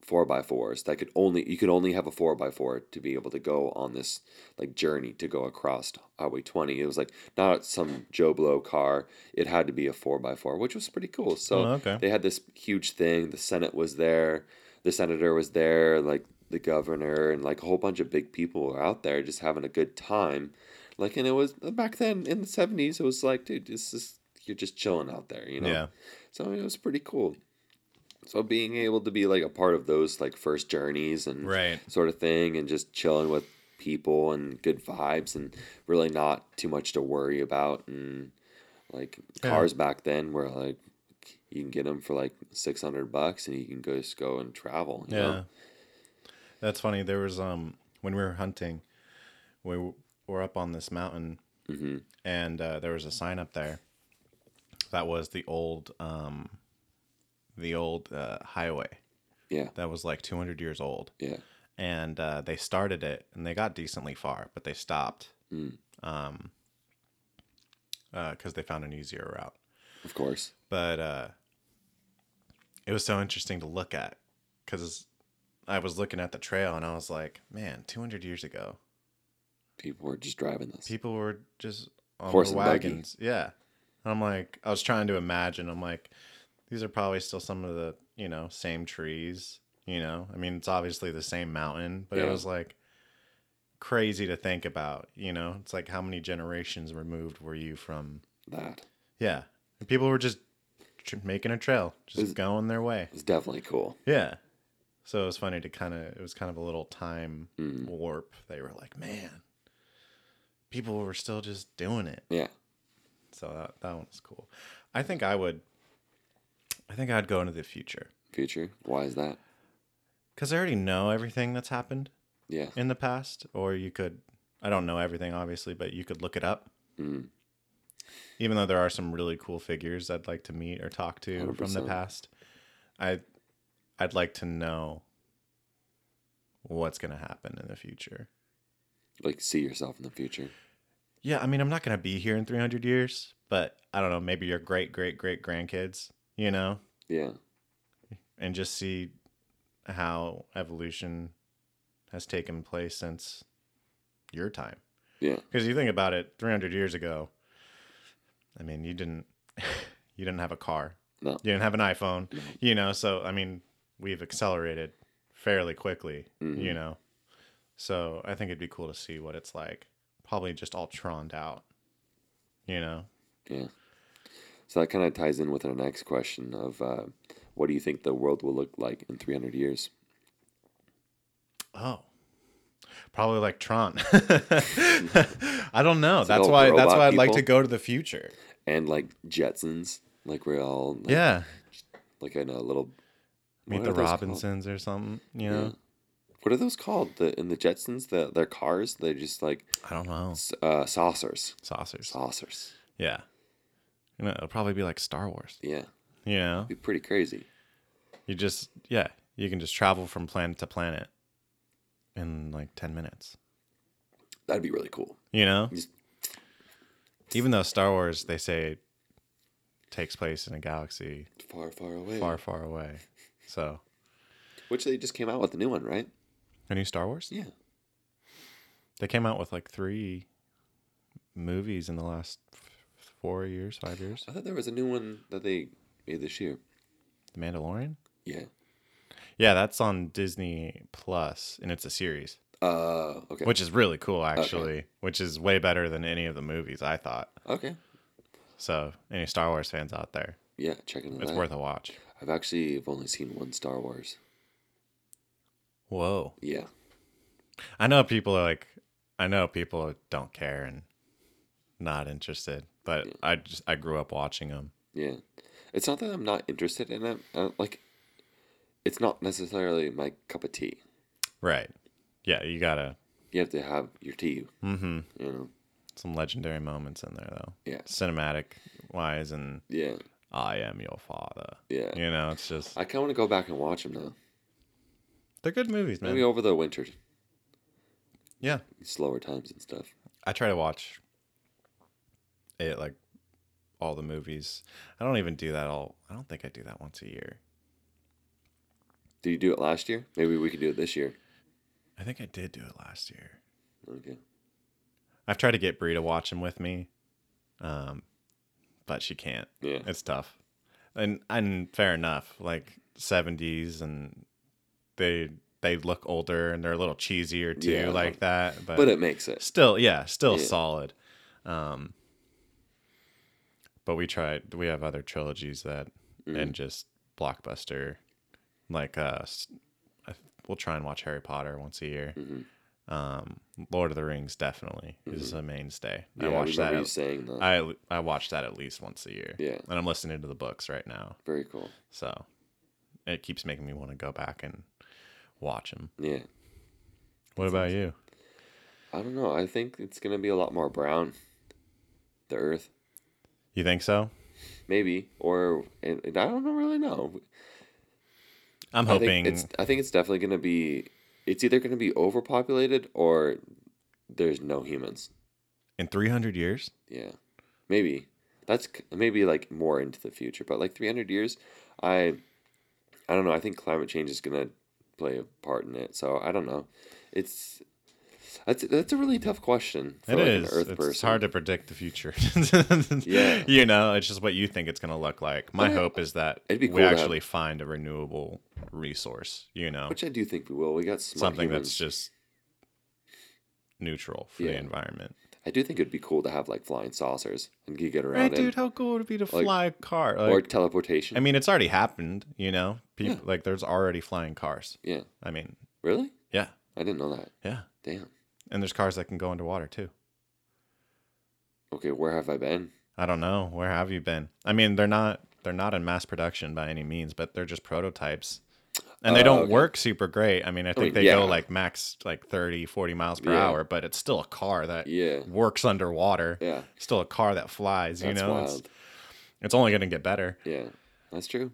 S1: four by fours that could only you could only have a four by four to be able to go on this like journey to go across highway 20 it was like not some joe blow car it had to be a four by four which was pretty cool so
S2: Oh, okay.
S1: they had this huge thing the senate was there the senator was there like the governor and like a whole bunch of big people were out there just having a good time like and it was back then in the 70s it was like dude this is you're just chilling out there you know
S2: Yeah.
S1: so it was pretty cool so being able to be like a part of those like first journeys and
S2: Right.
S1: sort of thing and just chilling with people and good vibes and really not too much to worry about and like
S2: Yeah.
S1: cars back then were like like you can get them for like 600 bucks and you can go just go and travel you
S2: yeah.
S1: know?
S2: That's funny. There was um when we were hunting, we w- were up on this mountain,
S1: Mm-hmm.
S2: and uh, there was a sign up there. That was the old um, the old uh, highway
S1: yeah
S2: that was like 200 years old,
S1: yeah
S2: and uh, they started it and they got decently far, but they stopped, um, because they found an easier route.
S1: of course
S2: But uh, it was so interesting to look at because I was looking at the trail and I was like, man, 200 years ago,
S1: people were just driving this
S2: people were just on
S1: Horse
S2: their
S1: and buggy.
S2: wagons. Yeah. And I'm like, I was trying to imagine. I'm like, these are probably still some of the, you know, same trees, you know? I mean, it's obviously the same mountain, but it
S1: Yeah.
S2: was like crazy to think about, you know? It's like how many generations removed were you from,
S1: that
S2: yeah. And people were just tr- making a trail, just
S1: Is-
S2: going their way.
S1: it's definitely cool
S2: Yeah. So it was funny to kind of it was kind of a little time
S1: Mm.
S2: warp. They were like, man, people were still just doing it.
S1: yeah
S2: So that that one was cool. I think I would. I think I'd go into the future
S1: future why is that
S2: because I already know everything that's happened
S1: yeah
S2: in the past. Or you could, I don't know everything obviously, but you could look it up.
S1: Mm.
S2: Even though there are some really cool figures I'd like to meet or talk to from the
S1: 100%.
S2: past, I I'd like to know what's going to happen in the future.
S1: like see yourself in the future
S2: Yeah, I mean, I'm not gonna be here in 300 years, but I don't know. Maybe your great great great grandkids, you know,
S1: yeah
S2: and just see how evolution has taken place since your time.
S1: yeah
S2: Because you think about it, 300 years ago, I mean, you didn't you didn't have a car,
S1: No.
S2: you didn't have an iPhone, you know. So I mean, we've accelerated fairly quickly,
S1: Mm-hmm.
S2: you know. So I think it'd be cool to see what it's like. Probably just all troned out, you know.
S1: Yeah. So that kind of ties in with our next question of uh, what do you think the world will look like in 300 years?
S2: Oh. Probably like Tron. I don't know. that's
S1: all
S2: why. That's
S1: robot
S2: why I'd like
S1: people?
S2: to go to the future.
S1: And like Jetsons, like we're all like,
S2: Yeah,
S1: like in a little
S2: meet
S1: what
S2: the
S1: are those called?
S2: Robinsons or something. You know,
S1: What are those called? The in the Jetsons, the their cars, they're just like
S2: I don't know.
S1: s- uh, saucers,
S2: Saucers.
S1: saucers.
S2: Yeah. You know, it'll probably be like Star Wars.
S1: Yeah,
S2: You know,
S1: be pretty crazy.
S2: you just, yeah, you can just travel from planet to planet in like 10 minutes.
S1: That'd be really cool.
S2: You know?
S1: Just-
S2: Even though Star Wars, they say, takes place in a galaxy
S1: Far, far away.
S2: far, far away. So,
S1: Which they just came out with a new one, right?
S2: a new Star Wars?
S1: Yeah.
S2: They came out with like three movies in the last f- four years, five years.
S1: I thought there was a new one that they made this year.
S2: The Mandalorian?
S1: Yeah.
S2: Yeah, that's on Disney Plus, and it's a series.
S1: Uh. Okay.
S2: which is really cool actually which is way better than any of the movies i thought
S1: okay.
S2: so any star wars fans out there
S1: Yeah. Check into
S2: it's
S1: that.
S2: worth a watch
S1: I've actually have only seen one Star Wars.
S2: whoa
S1: Yeah,
S2: i know people are like i know people don't care and not interested but i just i grew up watching them
S1: yeah. It's not that I'm not interested in it. I don't- like, it's not necessarily my cup of tea.
S2: right yeah you gotta
S1: You have to have your tea.
S2: mm-hmm
S1: You know.
S2: some legendary moments in there though
S1: Yeah.
S2: cinematic wise and
S1: Yeah.
S2: i am your father
S1: Yeah.
S2: you know it's just
S1: I kind of want to go back and watch them now.
S2: they're good movies man
S1: Maybe over the winter,
S2: yeah
S1: slower times and stuff.
S2: I try to watch it like all the movies. I don't even do that all. I don't think I do that once a year.
S1: Did you do it last year? Maybe we could do it this year.
S2: I think I did do it last year.
S1: Okay.
S2: I've tried to get Brie to watch them with me, um, but she can't.
S1: Yeah.
S2: It's tough, and and fair enough. Like seventies, and they they look older and they're a little cheesier too,
S1: Yeah.
S2: like that. But,
S1: But it makes it.
S2: still yeah still
S1: Yeah.
S2: solid um but we tried we have other trilogies that
S1: Mm-hmm.
S2: and just blockbuster like uh s- I th- we'll try and watch harry potter once a year
S1: Mm-hmm.
S2: Um, Lord of the Rings definitely is a mainstay.
S1: Yeah,
S2: I watch
S1: remember
S2: that.
S1: you
S2: at-
S1: saying that.
S2: I I watch that at least once a year.
S1: Yeah.
S2: And I'm listening to the books right now,
S1: Very cool.
S2: so it keeps making me want to go back and watch them.
S1: Yeah.
S2: What about you?
S1: I don't know. I think it's gonna be a lot more brown. The Earth,
S2: You think so?
S1: maybe, or and, and I don't know, really know.
S2: I'm
S1: I think
S2: hoping.
S1: it's. I think it's definitely gonna be. It's either gonna be overpopulated or there's no humans.
S2: in 300 years
S1: Yeah, maybe that's c- maybe like more into the future, but like three hundred years, I, I don't know. I think climate change is gonna play a part in it. So I don't know. It's that's that's a really tough question.
S2: it
S1: like, an
S2: is it's hard to predict the future yeah you know it's just what you think it's going to look like my
S1: But I-
S2: hope is that
S1: it'd be
S2: we
S1: cool to have-
S2: actually find a renewable resource you know
S1: which I do think we will. We got smart
S2: something
S1: humans.
S2: that's just neutral for the
S1: Yeah.
S2: environment
S1: I do think it'd be cool to have like flying saucers and you get around
S2: right
S1: it,
S2: dude how cool would it be to
S1: Like-
S2: fly a car
S1: or
S2: like,
S1: teleportation.
S2: i mean it's already happened you know people like there's already flying cars
S1: yeah,
S2: i mean
S1: really?
S2: yeah
S1: I didn't know that.
S2: yeah
S1: Damn.
S2: and there's cars that can go underwater too
S1: Okay, where have I been?
S2: I don't know. Where have you been? I mean, they're not they're not in mass production by any means, but they're just prototypes. And they
S1: Oh,
S2: don't
S1: okay.
S2: work super great. I mean, I think
S1: mean,
S2: they
S1: yeah.
S2: go like max like 30, 40 miles per
S1: Yeah.
S2: hour, but it's still a car that
S1: Yeah,
S2: works underwater.
S1: yeah.
S2: Still a car that flies,
S1: That's
S2: you know? It's,
S1: wild.
S2: it's only going to get better.
S1: Yeah, that's true.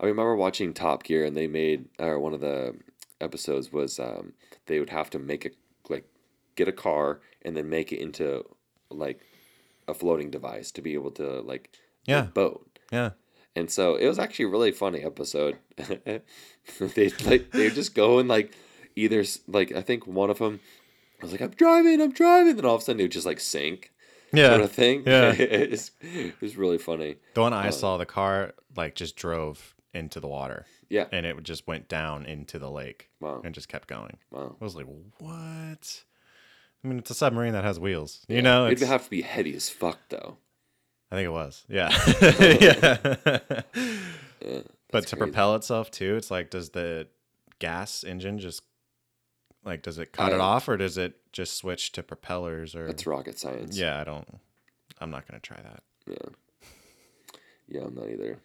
S1: I remember watching Top Gear, and they made or one of the episodes was um, they would have to make a like get a car and then make it into like a floating device to be able to like
S2: Yeah.
S1: boat.
S2: Yeah.
S1: And so it was actually a really funny episode. they like they would just go and like either s- like I think one of them was like I'm driving, I'm driving, then all of a sudden they would just like sink
S2: Yeah.
S1: sort of thing.
S2: Yeah.
S1: it's, it's really funny.
S2: The one I saw, the car like just drove into the water
S1: Yeah,
S2: and it just went down into the lake
S1: Wow.
S2: and just kept going.
S1: wow.
S2: I was like, what? I mean, it's a submarine that has wheels. You know,
S1: it'd
S2: it's,
S1: have to be heady as fuck though.
S2: I think it was. Yeah. yeah.
S1: Yeah,
S2: But to
S1: Oh, crazy.
S2: propel itself too, it's like, does the gas engine just like does it cut
S1: I-
S2: it off or does it just switch to propellers or
S1: Uh, that's rocket science.
S2: yeah, I don't I'm not gonna try that.
S1: yeah, I'm not either.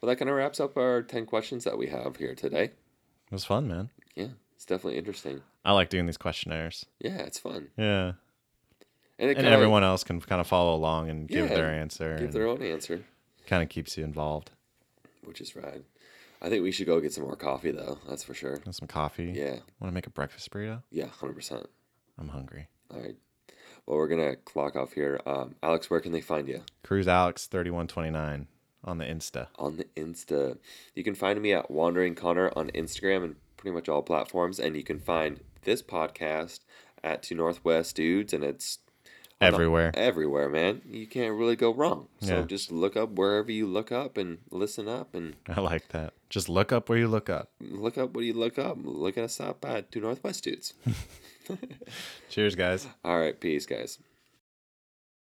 S1: Well, that kind of wraps up our ten questions that we have here today.
S2: It was fun, man.
S1: Yeah, it's definitely interesting.
S2: I like doing these questionnaires.
S1: Yeah, it's fun,
S2: Yeah.
S1: and it
S2: And
S1: kinda
S2: everyone else can kind of follow along and give
S1: Yeah,
S2: their answer.
S1: give their own answer.
S2: kind of keeps you involved.
S1: which is rad. I think we should go get some more coffee though. That's for sure.
S2: And some coffee.
S1: Yeah,
S2: Wanna make a breakfast burrito?
S1: yeah, hundred percent.
S2: I'm hungry.
S1: All right. Well, we're gonna clock off here. Um, Alex, where can they find you
S2: Cruise Alex thirty one twenty nine on the Insta.
S1: on the Insta? You can find me at Wandering Connor on Instagram and pretty much all platforms, and you can find this podcast at Two Northwest Dudes, and it's on Eh. the-
S2: Everywhere.
S1: everywhere, man. You can't really go wrong. So
S2: Yeah.
S1: just look up wherever you look up and listen up and
S2: I like that. Just look up where you look up.
S1: look up what you look up. Look us up at Two Northwest Dudes.
S2: Cheers, guys.
S1: all right, peace, guys.